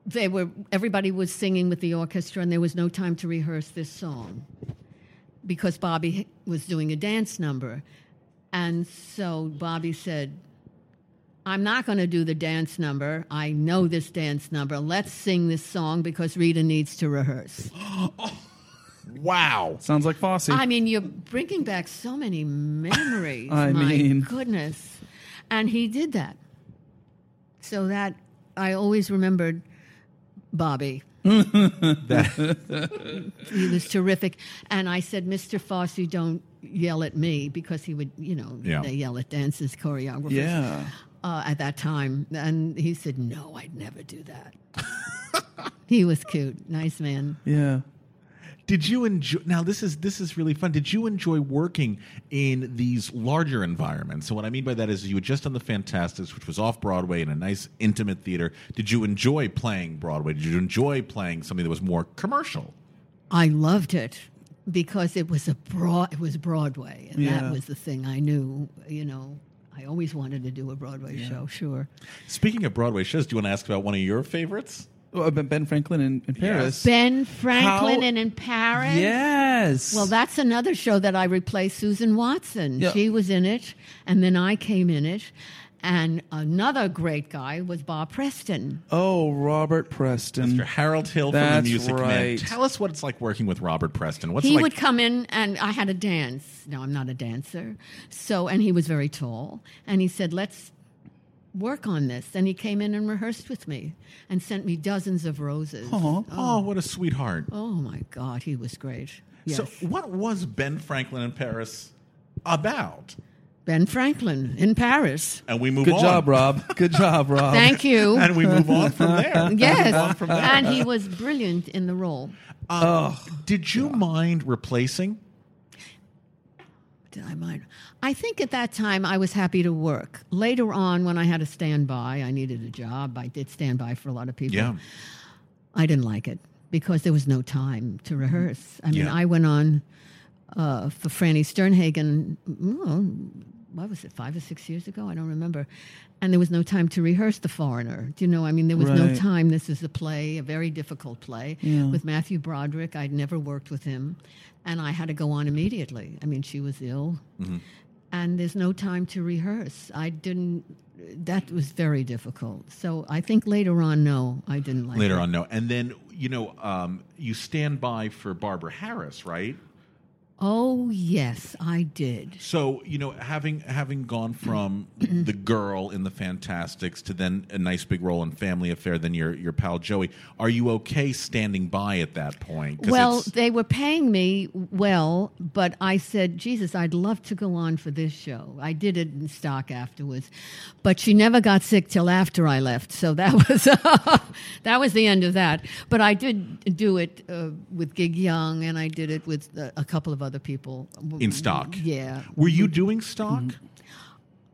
C: they were everybody was singing with the orchestra, and there was no time to rehearse this song because Bobby was doing a dance number, and so Bobby said. I'm not going to do the dance number. I know this dance number. Let's sing this song because Rita needs to rehearse.
G: wow,
D: sounds like Fosse.
C: I mean, you're bringing back so many memories.
D: (laughs) I
C: My
D: mean-
C: goodness. And he did that. So that I always remembered
D: (laughs)
C: Bobby. he was terrific. And I said, Mr. Fosse, don't yell at me because he would, you know,
H: Yeah.
C: they yell at dancers, choreographers
H: Yeah.
C: uh, at that time. And he said, No, I'd never do that. (laughs) he was cute. Nice man.
D: Yeah.
G: Did you enjoy? Now this is this is really fun. Did you enjoy working in these larger environments? So what I mean by that is you had just done the Fantastics, which was off Broadway in a nice intimate theater. Did you enjoy playing Broadway? Did you enjoy playing something that was more commercial?
C: I loved it because it was a broad it was Broadway and
G: Yeah.
C: that was the thing I knew, you know. I always wanted to do a Broadway show, sure.
G: Speaking of Broadway shows, do you want to ask about one of your favorites?
D: Well, Oh, Ben Ben Franklin in, in Paris.
C: Ben Franklin
D: How-
C: and in Paris.
D: Yes.
C: Well, that's another show that I replaced Susan Watson.
D: Yeah.
C: She was in it and then I came in it. And another great guy was Bob Preston.
D: Oh, Robert Preston. Mr.
G: Harold Hill from
D: That's
G: the Music Man.
D: right.
G: Tell us what it's like working with Robert Preston. What's it
C: he
G: like?
C: would come in and I had a dance. No, I'm not a dancer. So, and he was very tall. And he said, let's work on this. And he came in and rehearsed with me and sent me dozens of roses.
G: Aw. oh, what a sweetheart!
C: Oh my God, he was great. Yes.
G: So what was Ben Franklin in Paris about?
C: ben Franklin in Paris.
G: And we move
D: Good
G: on.
D: job, Rob. Good job, Rob.
C: Thank you.
G: (laughs) And we move on from there. We move on
C: (laughs) Yes.
G: from there.
C: and he was brilliant in the role.
G: Uh, Did you mind replacing?
C: Did I mind? I think at that time I was happy to work. Later on, when I had a standby, I needed a job. I did standby for a lot of people.
G: Yeah.
C: I didn't like it because there was no time to rehearse. I mean,
H: Yeah.
C: I went on uh, for Franny Sternhagen. oh, what was it, five or six years ago? I don't remember. And there was no time to rehearse The Foreigner. Do you know? I mean, there was no
H: Right.
C: time. This is a play, a very difficult play
H: Yeah.
C: with Matthew Broderick. I'd never worked with him. And I had to go on immediately. I mean, she was ill
G: Mm-hmm.
C: and there's no time to rehearse. I didn't. That was very difficult. So I think later on, no, I didn't like.
G: Later
C: it.
G: on, no. And then you know, um, you stand by for Barbara Harris, right?
C: Oh yes, I did.
G: So you know, having having gone from the girl in the Fantastics to then a nice big role in Family Affair, then your your pal Joey, are you okay standing by at that point? 'Cause
C: Well,
G: it's-
C: they were paying me well, but I said, Jesus, I'd love to go on for this show. I did it in stock afterwards, but she never got sick till after I left, so that (laughs) was that was the end of that. But I did do it uh, with Gig Young, and I did it with uh, a couple of other people
G: in stock.
C: Yeah, Mm-hmm.
G: Were you doing stock?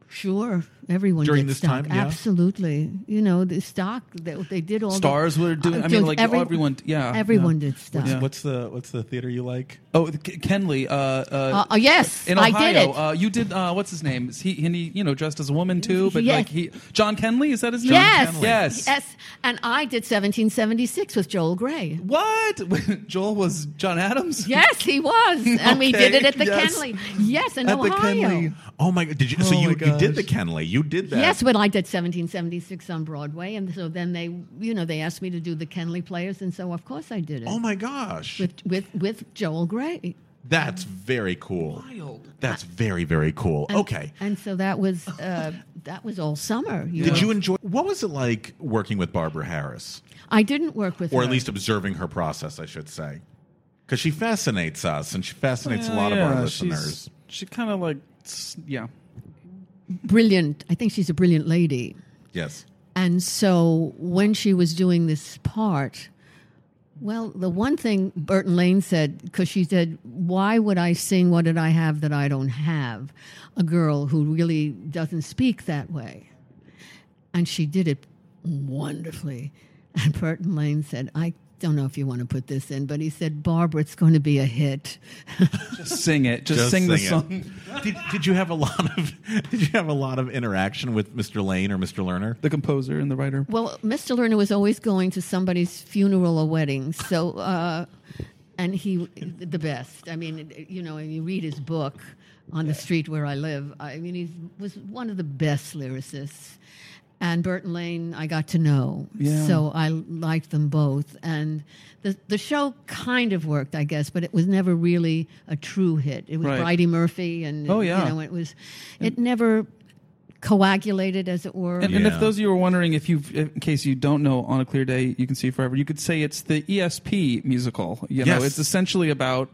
C: Sure, everyone
G: During
C: gets
G: this
C: stock.
G: time, yeah?
C: Absolutely, you know the stock they, they did all the-
D: Stars were doing. I mean,
C: dude,
D: like
C: every-
D: everyone. Yeah,
C: everyone
D: yeah.
C: did stock.
D: Yeah.
G: What's the What's the theater you like?
D: Oh, K- Kenley. Uh, uh,
C: Uh, uh, yes,
D: in
C: I
D: Ohio.
C: did it.
D: Uh, you did. Uh, what's his name? Is he? And he, you know, dressed as a woman too. But
C: Yes.
D: like he, John Kenley. Is that his name?
C: Yes,
D: Yes.
C: yes, and I did 1776 with Joel Gray.
D: What? (laughs) Joel was John Adams.
C: Yes,
D: (laughs)
C: he was, and we did it at the
D: Yes.
C: Kenley. Yes, in
D: At the
C: Ohio.
D: Kenley.
G: Oh my! Did you? so
D: Oh
G: you,
D: my
G: you did the Kenley. You did that.
C: Yes, well, I did 1776 on Broadway, and so then they, you know, they asked me to do the Kenley Players, and so of course I did it.
G: Oh my gosh!
C: With with with Joel Gray.
G: That's very cool. That's very very cool. okay.
C: And so that was uh, that was all summer.
G: Did
C: know.
G: you enjoy? What was it like working with Barbara Harris,
C: I didn't work with
G: or
C: her.
G: at least observing her process? I should say, because she fascinates us, and she fascinates a lot of
D: Yeah,
G: our
D: she's-
G: listeners.
D: She kind of like, s- yeah.
C: brilliant. I think she's a brilliant lady.
G: Yes.
C: And so when she was doing this part, well, the one thing Burton Lane said, because she said, Why would I sing what did I have that I don't have? A girl who really doesn't speak that way. And she did it wonderfully. And Burton Lane said, I don't know if you want to put this in, but he said, Barbara, it's going to be a hit.
D: Just sing it. Just, sing, the song.
G: did, did you have a lot of Did you have a lot of interaction with Mr. Lane or Mr. Lerner,
D: the composer and the writer?
C: Well, Mr. Lerner was always going to somebody's funeral or wedding, so uh, and he the best. I mean, you know, and you read his book on the street where I live. I mean, he was one of the best lyricists. And Burton Lane, I got to know,
D: Yeah.
C: so I liked them both. And the the show kind of worked, I guess, but it was never really a true hit. It was
D: Right.
C: Bridie Murphy, and
D: Oh, yeah.
C: you know, it was it never coagulated, as it were.
D: And, and if those of you are wondering, if you, in case you don't know, on a clear day you can see forever. You could say it's the ESP musical. You know,
G: Yes.
D: it's essentially about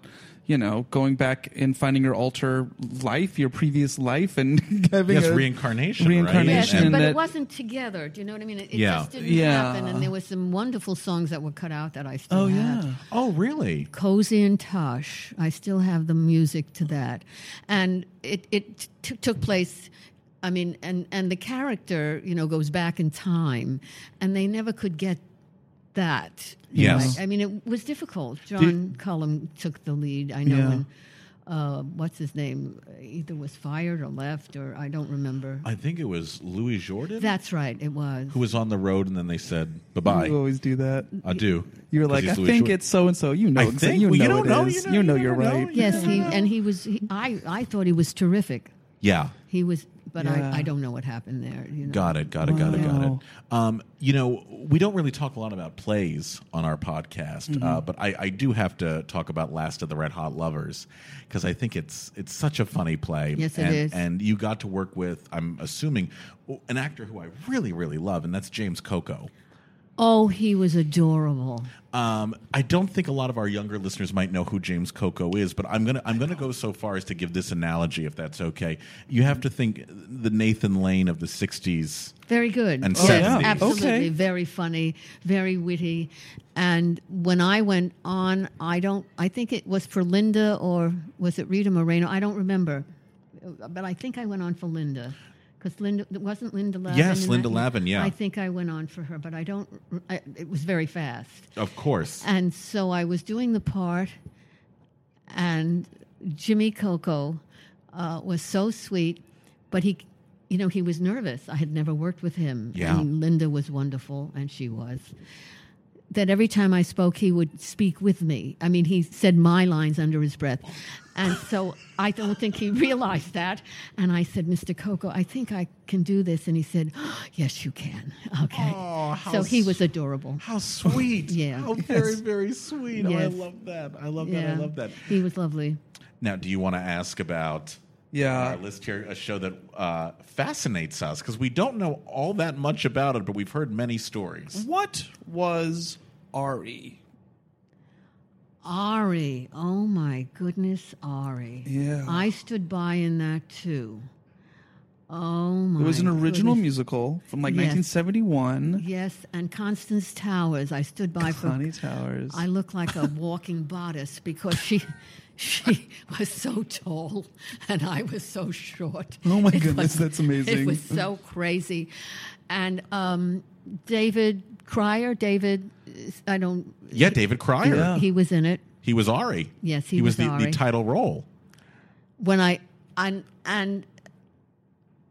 D: you know going back and finding your alter life, your previous life, and (laughs) having
G: Yes,
D: a-
G: reincarnation, right?
D: Reincarnation.
G: Yes,
D: and
C: but
D: that,
C: it wasn't together. Do you know what I mean? It, it
G: Yeah.
C: just didn't
D: Yeah.
C: happen. And there were some wonderful songs that were cut out that I still have.
G: Oh, really?
C: Cozy and Tosh. I still have the music to that, and it it t- took place. I mean, and and the character you know goes back in time, and they never could get that. you know.
G: Yes.
C: I, I mean it was difficult. John Cullum took the lead. I know
G: Yeah.
C: when. Uh, what's his name? Either was fired or left, or I don't remember.
G: I think it was Louis Jordan
C: That's right. It was.
G: who was on the road, and then they said bye bye.
D: You always do that.
G: I do.
D: You're
G: 'Cause
D: like,
G: he's
D: I
G: Louis
D: think
G: Jordan.
D: it's so and so. You know,
G: I
D: exa-
G: think-
D: you know
G: well, you don't
D: it
G: know.
D: is.
G: You
D: You
G: know-
D: know, you are right.
C: Yes, he and he was. He, I I thought he was terrific.
G: Yeah.
C: He was, but
G: Yeah.
C: I, I don't know what happened there. You know?
G: Got it, got it, got it, got it.
C: Wow.
G: Um, you know, we don't really talk a lot about plays on our podcast, uh,
C: Mhm.
G: but I, I do have to talk about Last of the Red Hot Lovers because I think it's it's such a funny play.
C: Yes, it
G: and,
C: is.
G: And you got to work with, I'm assuming, an actor who I really, really love, and that's James Coco.
C: Oh, he was adorable.
G: Um, I don't think a lot of our younger listeners might know who James Coco is, but I'm gonna I'm gonna go so far as to give this analogy, if that's okay. You have to think the Nathan Lane of the '60s.
C: Very good.
G: And
C: yes,
G: 70s.
C: absolutely.
G: Okay.
C: Very funny, very witty. And when I went on, I don't. I think it was for Linda or was it Rita Moreno? I don't remember, but I think I went on for Linda. Because Linda wasn't Linda Lavin.
G: Yes,
C: in
G: Linda
C: that?
G: Lavin, yeah.
C: I think I went on for her, but I don't. I, it was very fast.
G: Of course.
C: And so I was doing the part, and Jimmy Coco uh, was so sweet, but he, you know, he was nervous. I had never worked with him.
G: Yeah.
C: And Linda was wonderful, and she was. That every time I spoke, he would speak with me. I mean, he said my lines under his breath. And so I don't think he (laughs) realized that. And I said, Mr. Coco, I think I can do this. And he said, (gasps) Yes, you can. Okay.
G: Oh, how
C: so he
G: s-
C: was adorable.
G: How sweet.
C: (laughs) Yeah.
G: How very, very sweet. Oh, I
C: Yes.
G: love that. I love that. I
C: Yeah.
G: love that.
C: He was lovely.
G: Now, do you want to ask about
D: yeah.
G: our list here? A show that uh, fascinates us because we don't know all that much about it, but we've heard many stories.
D: What was Ari?
C: Ari, oh my goodness, Ari.
D: Yeah.
C: I stood by in that too. Oh my.
D: It was an original
C: goodness.
D: musical from like
C: Yes.
D: 1971.
C: Yes, and Constance Towers. I stood by for
D: Connie Towers.
C: I look like a
D: (laughs)
C: walking bodice because she she was so tall and I was so short.
D: Oh my goodness, that's
C: It
D: amazing.
C: was so crazy. And um, David Cryer, David I don't
G: Yeah, David Cryer.
C: He, he was in it.
G: He was Ari.
C: Yes, he
G: was,
C: was
G: the, the
C: Ari.
G: title role. (laughs)
C: when I and and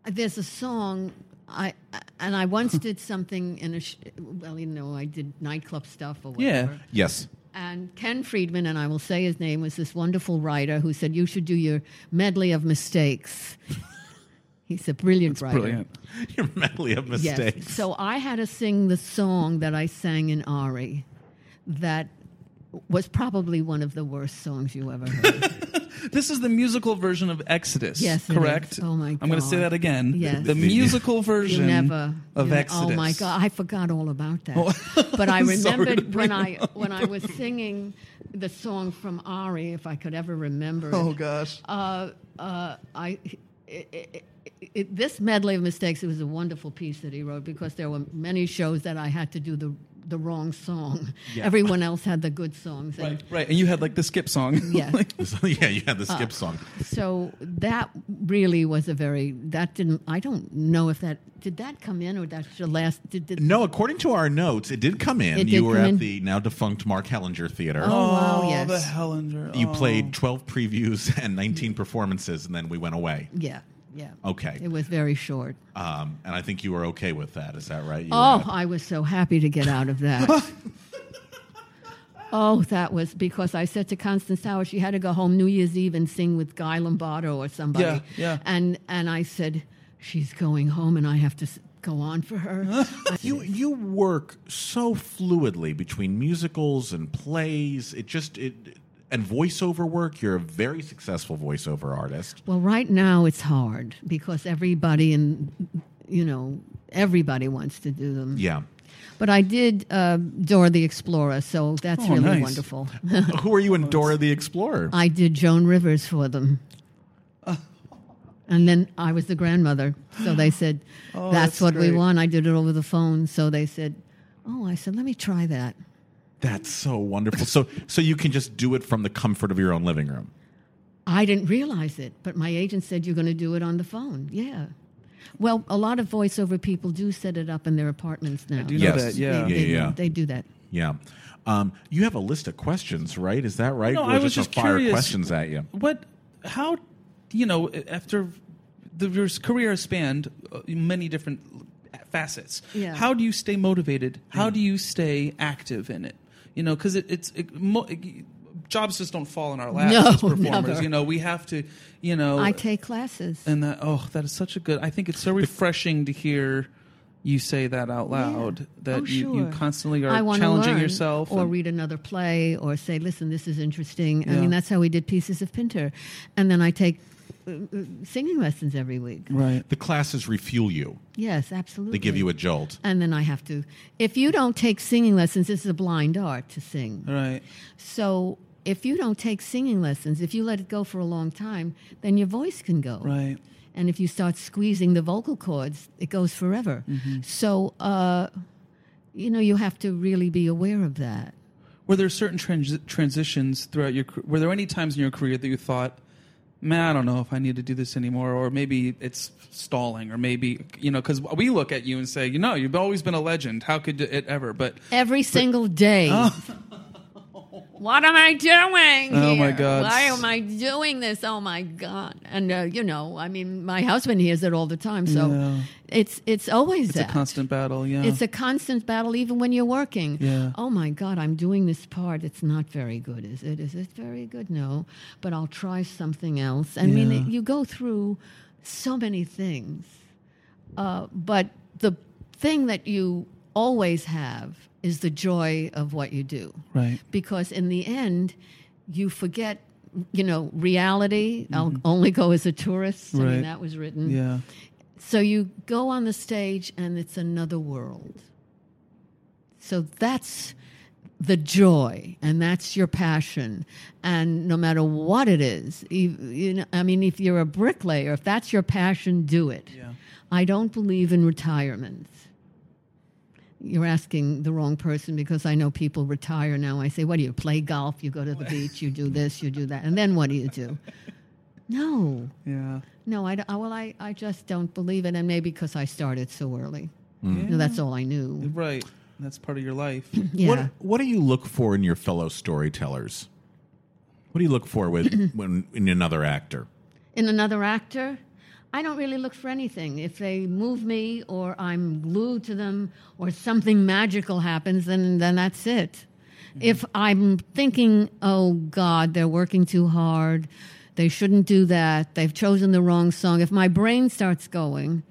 C: there's a song I and I once did something in a sh- well you know I did nightclub stuff or
G: Yeah.
C: whatever.
G: Yes.
C: And Ken Friedman and I will say his name was this wonderful writer who said you should do your medley of mistakes. (laughs) He's a brilliant writer.
G: Your medley of mistakes.
C: Yes. So I had to sing the song that I sang in Ari that was probably one of the worst songs you ever heard.
D: This is the musical version of Exodus.
C: Yes, it
D: correct.
C: is. Oh my
D: I'm going to say
C: God.
D: that again.
C: Yes.
D: The
C: You
D: musical version
C: You never
D: of
C: you ne-
D: Exodus. Oh,
C: Oh my god, I forgot all about that. (laughs) but I
D: Sorry to (laughs)
C: remembered
D: bring
C: when I
D: it up.
C: when I was singing the song from Ari, if I could ever remember.
D: Oh,
C: it,
D: gosh.
C: Uh, uh, I. It, it, it- it, this medley of mistakes. It was a wonderful piece that he wrote because there were many shows that I had to do the the wrong song.
D: Yeah.
C: Everyone else had the good songs. and-
D: Right, right. And you had like the skip song. (laughs)
C: Yes.
G: yeah, you had the skip
C: Uh,
G: song.
C: So that really was a very that didn't. I don't know if that did that come in or that's the last. Did, did
G: No, according to our notes, it did come in.
C: It
G: you
C: did
G: were
C: come
G: at
C: in. Oh,
G: the now defunct Mark Hellinger Theater.
C: wow, yes.
D: oh, the Hellinger.
G: You
D: Oh.
G: played 12 previews (laughs) and 19 performances, and then we went away.
C: Yeah, yeah.
G: Okay.
C: It was very short.
G: Um, and I think you were okay with that. Is that right? You
C: Oh,
G: were-
C: I was so happy to get out of that.
G: (laughs)
C: oh, that was because I said to Constance Tower she had to go home New Year's Eve and sing with Guy Lombardo or somebody.
D: Yeah, yeah.
C: And and I said she's going home and I have to s- go on for her.
G: you you work so fluidly between musicals and plays. It just it and voiceover work. You're a very successful voiceover artist.
C: Well, right now it's hard because everybody and you know everybody wants to do them.
G: Yeah.
C: But I did uh, Dora the Explorer, so that's
G: Oh,
C: really
G: nice.
C: wonderful.
D: Oh,
G: (laughs) Who are you in Dora the Explorer?
C: (laughs) I did Joan Rivers for them.
H: Oh.
C: And then I was the grandmother. So they said,
H: Oh,
C: that's,
H: that's
C: what
H: great.
C: we want. I did it over the phone. So they said, oh, I said, let me try that.
G: That's so wonderful. So so you can just do it from the comfort of your own living room.
C: I didn't realize it, but my agent said, you're going to do it on the phone. Yeah. Well, a lot of voiceover people do set it up in their apartments now.
G: do know Yes. that, yeah.
C: They,
G: Yeah,
C: they-
G: yeah, yeah.
C: they do that.
G: Yeah. Um, you have a list of questions, right? Is that right?
D: No,
G: We're
D: I was
G: gonna
D: just
G: fire
D: curious.
G: questions at you.
D: What? How? You know, after the, your career spanned uh, many different facets.
K: Yeah.
D: How do you stay motivated? How
G: Mm.
D: do you stay active in it? You know, because it, it's it, mo- jobs just don't fall in our laps
C: No,
D: as performers.
C: (laughs) never.
D: You know, we have to. You know,
C: I take classes.
D: and that oh, that is such a good. I think it's so refreshing to hear you say that out loud. That
C: Oh,
D: you,
C: sure.
D: you constantly are
C: I wanna
D: challenging
C: learn
D: yourself.
C: or
D: and-
C: read another play or say listen this is interesting i
D: Yeah.
C: mean that's how we did pieces of pinter and then i take uh, uh, singing lessons every week
D: Right.
G: The classes refuel you.
C: yes absolutely
G: They give you a jolt.
C: and then i have to if you don't take singing lessons this is a blind art to sing
D: right.
C: so if you don't take singing lessons if you let it go for a long time then your voice can go
D: right
C: and if you start squeezing the vocal cords it goes forever so uh, you know you have to really be aware of that
D: Were there certain trans- transitions throughout your? car- Were there any times in your career that you thought, "Man, I don't know if I need to do this anymore," or maybe it's stalling, or maybe you know, because we look at you and say, "You know, you've always been a legend. How could it ever?" But
C: every single day. (laughs) what am I doing?
D: Oh, my
C: here?
D: God.
C: Why am I doing this? Oh my god! And uh, you know, I mean, my husband hears it all the time, so
D: Yeah.
C: it's it's always
D: it's
C: that.
D: a constant battle. Yeah,
C: It's a constant battle, even when you're working.
D: Yeah.
C: Oh my God, I'm doing this part. It's not very good, is it? Is it very good? No, but I'll try something else. I mean,
H: Yeah.
C: it, you go through so many things, uh, but the thing that you always have is the joy of what you do
D: right.
C: because in the end you forget you know reality i'll only go as a tourist i
D: Mm-hmm. Right.
C: mean that was written
D: Yeah.
C: so you go on the stage and it's another world so that's the joy and that's your passion and no matter what it is you, you know i mean if you're a bricklayer if that's your passion do it i don't believe in retirement you're asking the wrong person because I know people retire now. I say, what do you play golf? You go to the beach, you do this, you do that. And then what do you do? No.
D: Yeah.
C: No, I, d- I- well, I, I just don't believe it. And maybe because I started so early.
G: Mm.
C: No, that's all I knew.
D: Right. That's part of your life.
G: What What do you look for in your fellow storytellers? What do you look for with when in another actor?
C: In another actor, I don't really look for anything. If they move me or I'm glued to them or something magical happens, then, then that's it.
G: Mm-hmm.
C: If I'm thinking, oh God, they're working too hard, they shouldn't do that, they've chosen the wrong song, if my brain starts going,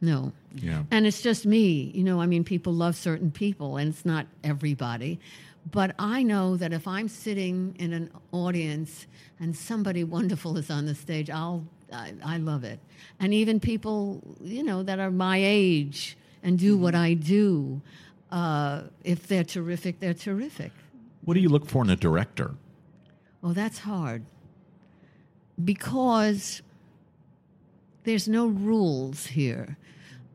C: no.
G: Yeah.
C: And it's just me. You know, I mean, people love certain people, and it's not everybody. But I know that if I'm sitting in an audience and somebody (laughs) wonderful is on the stage, I'll, I, I love it. And even people, you know, that are my age and do what
G: Mm-hmm.
C: I do, uh, if they're terrific, they're terrific.
G: What do you look for in a director?
C: Well, that's hard because there's no rules here.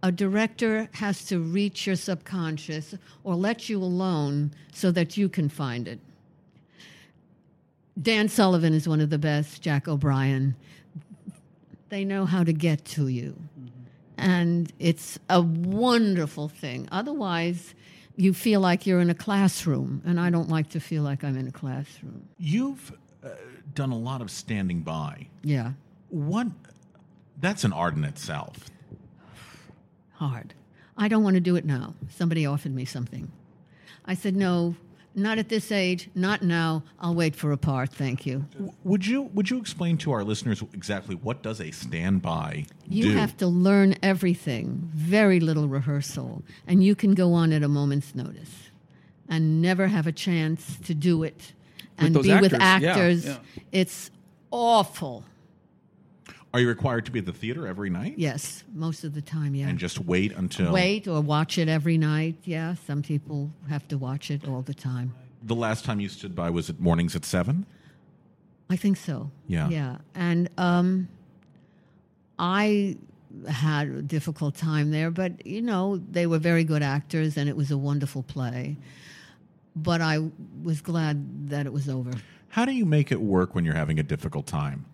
C: A director has to reach your subconscious or let you alone so that you can find it. Dan Sullivan is one of the best, Jack O'Brien. They know how to get to you. And it's a wonderful thing. Otherwise, you feel like you're in a classroom, and I don't like to feel like I'm in a classroom.
G: You've uh, done a lot of standing by.
C: Yeah,
G: What? That's an art in itself.
C: hard. I don't want to do it now. Somebody offered me something. I said, no, not at this age, not now. I'll wait for a part, thank you.
G: W- Would you Would you explain to our listeners exactly what does a standby
C: You
G: do?
C: have to learn everything, very little rehearsal, and you can go on at a moment's notice and never have a chance to do it
G: With
C: and
G: those
C: be with
G: actors, yeah,
C: actors.
G: yeah.
C: It's awful.
G: Are you required to be at the theater every night
C: Yes, most of the time, yeah.
G: and just wait until
C: Wait or watch it every night. Yeah, some people have to watch it all the time.
G: the last time you stood by was at mornings at seven?
C: I think so.
G: Yeah.
C: Yeah. And um, I had a difficult time there, but you know, they were very good actors and it was a wonderful play. But I was glad that it was over.
G: How do you make it work when you're having a difficult time?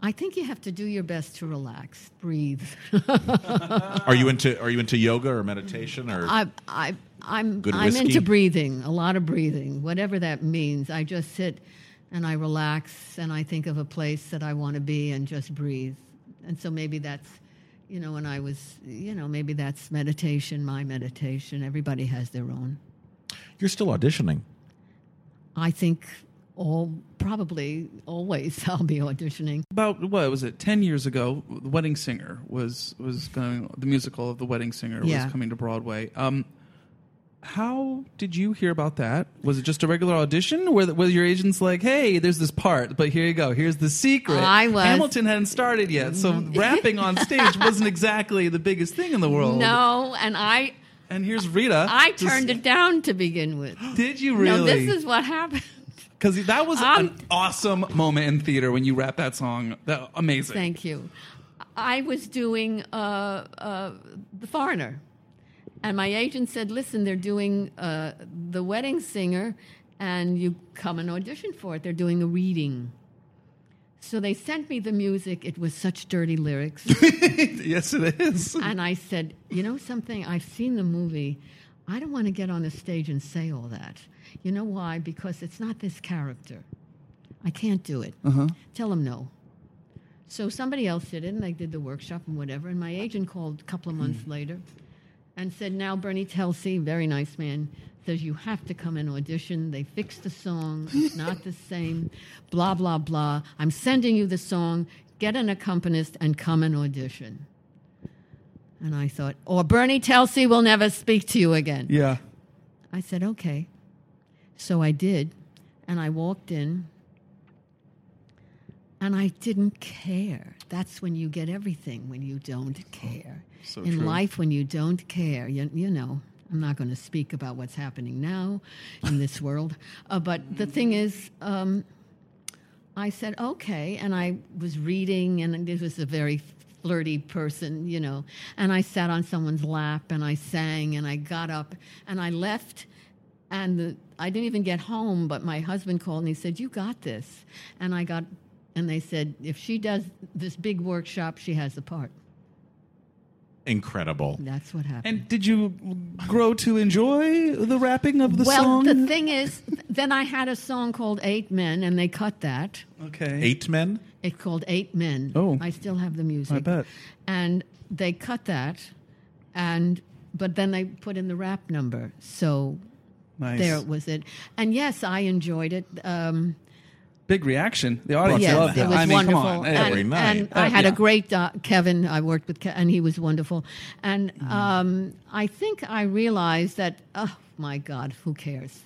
C: I think you have to do your best to relax, breathe.
G: Are you into Are you into yoga or meditation or
C: I, I, I'm,
G: Good
C: I'm
G: whiskey?
C: into breathing, a lot of breathing, whatever that means. I just sit and I relax and I think of a place that I want to be and just breathe. And so maybe that's, you know, when I was, you know, maybe that's meditation, my meditation. Everybody has their own.
G: you're still auditioning?
C: I think all, probably always (laughs) I'll be auditioning.
D: about what was it 10 years ago the wedding singer was was going the musical of the wedding singer
C: Yeah.
D: was coming to broadway um how did you hear about that was it just a regular audition where was your agents like hey there's this part but here you go here's the secret
C: I was- Mm-hmm.
D: hamilton hadn't started yet so
C: (laughs)
D: rapping on stage wasn't exactly the biggest thing in the world
C: No, and I,
D: and here's rita
C: I turned it down to begin
G: (gasps)
C: with.
D: (laughs) did you
C: No, this
D: really
C: is um, what happened.
D: because that was
C: I'm-
D: an awesome moment in theater when you rap that song that amazing
C: Thank you. I was doing uh, uh, The Foreigner, and my agent said, Listen, they're doing uh, The Wedding Singer, and you come and audition for it. They're doing a reading. So they sent me the music. It was such dirty (laughs) lyrics.
D: (laughs) yes it is
C: and I said, You know something? I've seen the movie. I don't want to get on the stage and say all that. You know why? Because it's not this character. I can't do it.
D: uh-huh
C: Tell them no. So somebody else did it, and they did the workshop and whatever. And my agent called a couple of months later and said, Now Bernie Telsey, very nice man, says you have to come and audition. They fixed the song, it's not the same, blah, blah, blah. I'm sending you the song. Get an accompanist and come and audition. And I thought, Or Bernie Telsey will never speak to you again.
D: yeah
C: I said, okay. So I did. And I walked in. And I didn't care. That's when you get everything, when you don't care.
H: So
C: In
H: true.
C: life, when you don't care, you, you know, I'm not going to speak about what's happening now in this world. Uh, but the thing is, um, I said, okay. And I was reading, and this was a very flirty person, you know. And I sat on someone's lap and I sang and I got up and I left. And the, I didn't even get home, but my husband called and he said, You got this. And I got, and they said, If she does this big workshop, she has the part.
G: Incredible.
C: That's what happened.
D: And did you grow to enjoy the rapping of the
C: well,
D: song?
C: the thing is, then I had a song called Eight Men, and they cut that.
D: okay.
G: Eight men.
C: It's called Eight Men.
D: Oh.
C: I still have the music.
D: I bet.
C: And they cut that, and but then they put in the rap number. So
D: Nice.
C: there was it. And yes, I enjoyed it. Um,
D: Big reaction. The audience
C: yes,
D: loved
C: it
D: that.
C: was
D: I mean,
C: wonderful.
D: come on. Uh,
C: And, and
G: Oh,
C: I had a great doc, Kevin. I worked with, Ke- and he was wonderful. And um, I think I realized that, oh my God, who cares?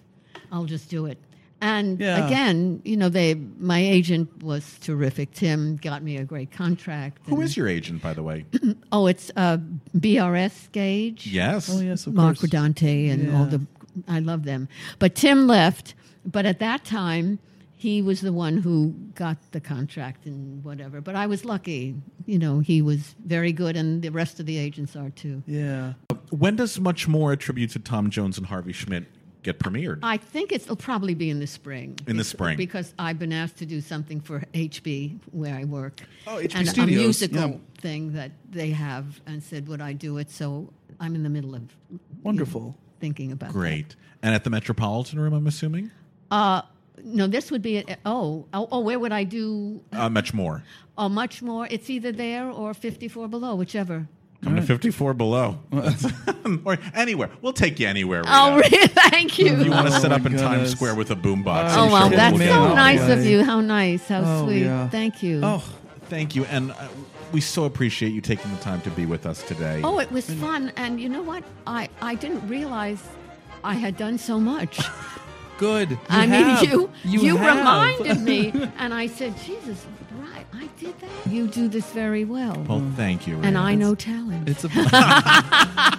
C: I'll just do it. And
H: Yeah.
C: again, you know, they my agent was terrific. Tim got me a great contract.
G: Who is your agent, by the way?
C: (clears throat) Oh, it's uh, BRS Gauge.
G: Yes. Oh, yes, of
C: Mark
G: course.
C: Rodante and all
G: Yeah.
C: the. I love them. But Tim left. But at that time, he was the one who got the contract and whatever. But I was lucky. You know, he was very good, and the rest of the agents are too.
L: Yeah.
G: When does much more attribute to Tom Jones and Harvey Schmidt get premiered?
C: I think it's, it'll probably be in the spring.
G: In the spring.
C: Because I've been asked to do something for HB where I work.
L: Oh, HB
C: and
L: Studios,
C: A musical
L: yeah.
C: thing that they have, and said, would I do it? So I'm in the middle of you know,
L: Wonderful.
C: thinking about that.
G: Great. And at the Metropolitan Room, I'm assuming?
C: Uh, no, this would be at, oh, oh oh where would I do
G: Uh, much more.
C: oh much more? It's either there or 54 below, whichever.
G: Come to 54 below. (laughs) or anywhere. We'll take you anywhere.
C: Oh,
G: Rita.
C: really? (laughs) Thank you.
G: If you want to set up in
L: Oh, my
G: Times
L: goodness.
G: Square with a boombox.
C: Oh,
G: I'm
C: wow,
G: sure we'll-
C: that's
G: we'll get it
C: so
G: all.
C: nice
L: yeah.
C: of you. How nice. How
L: Oh,
C: sweet.
L: yeah.
C: Thank you.
G: Oh, thank you. And uh, we so appreciate you taking the time to be with us today.
C: Oh, it was fun. And you know what? I, I didn't realize I had done
L: (laughs)
C: so much.
L: Good. You
C: I
L: have.
C: mean, you you,
L: have. (laughs)
C: reminded me, and I said, Jesus, right, I did that. You do this very well.
G: Well, thank you.
C: and
G: Rita.
C: I know talent.
L: It's a.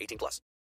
M: 18 plus.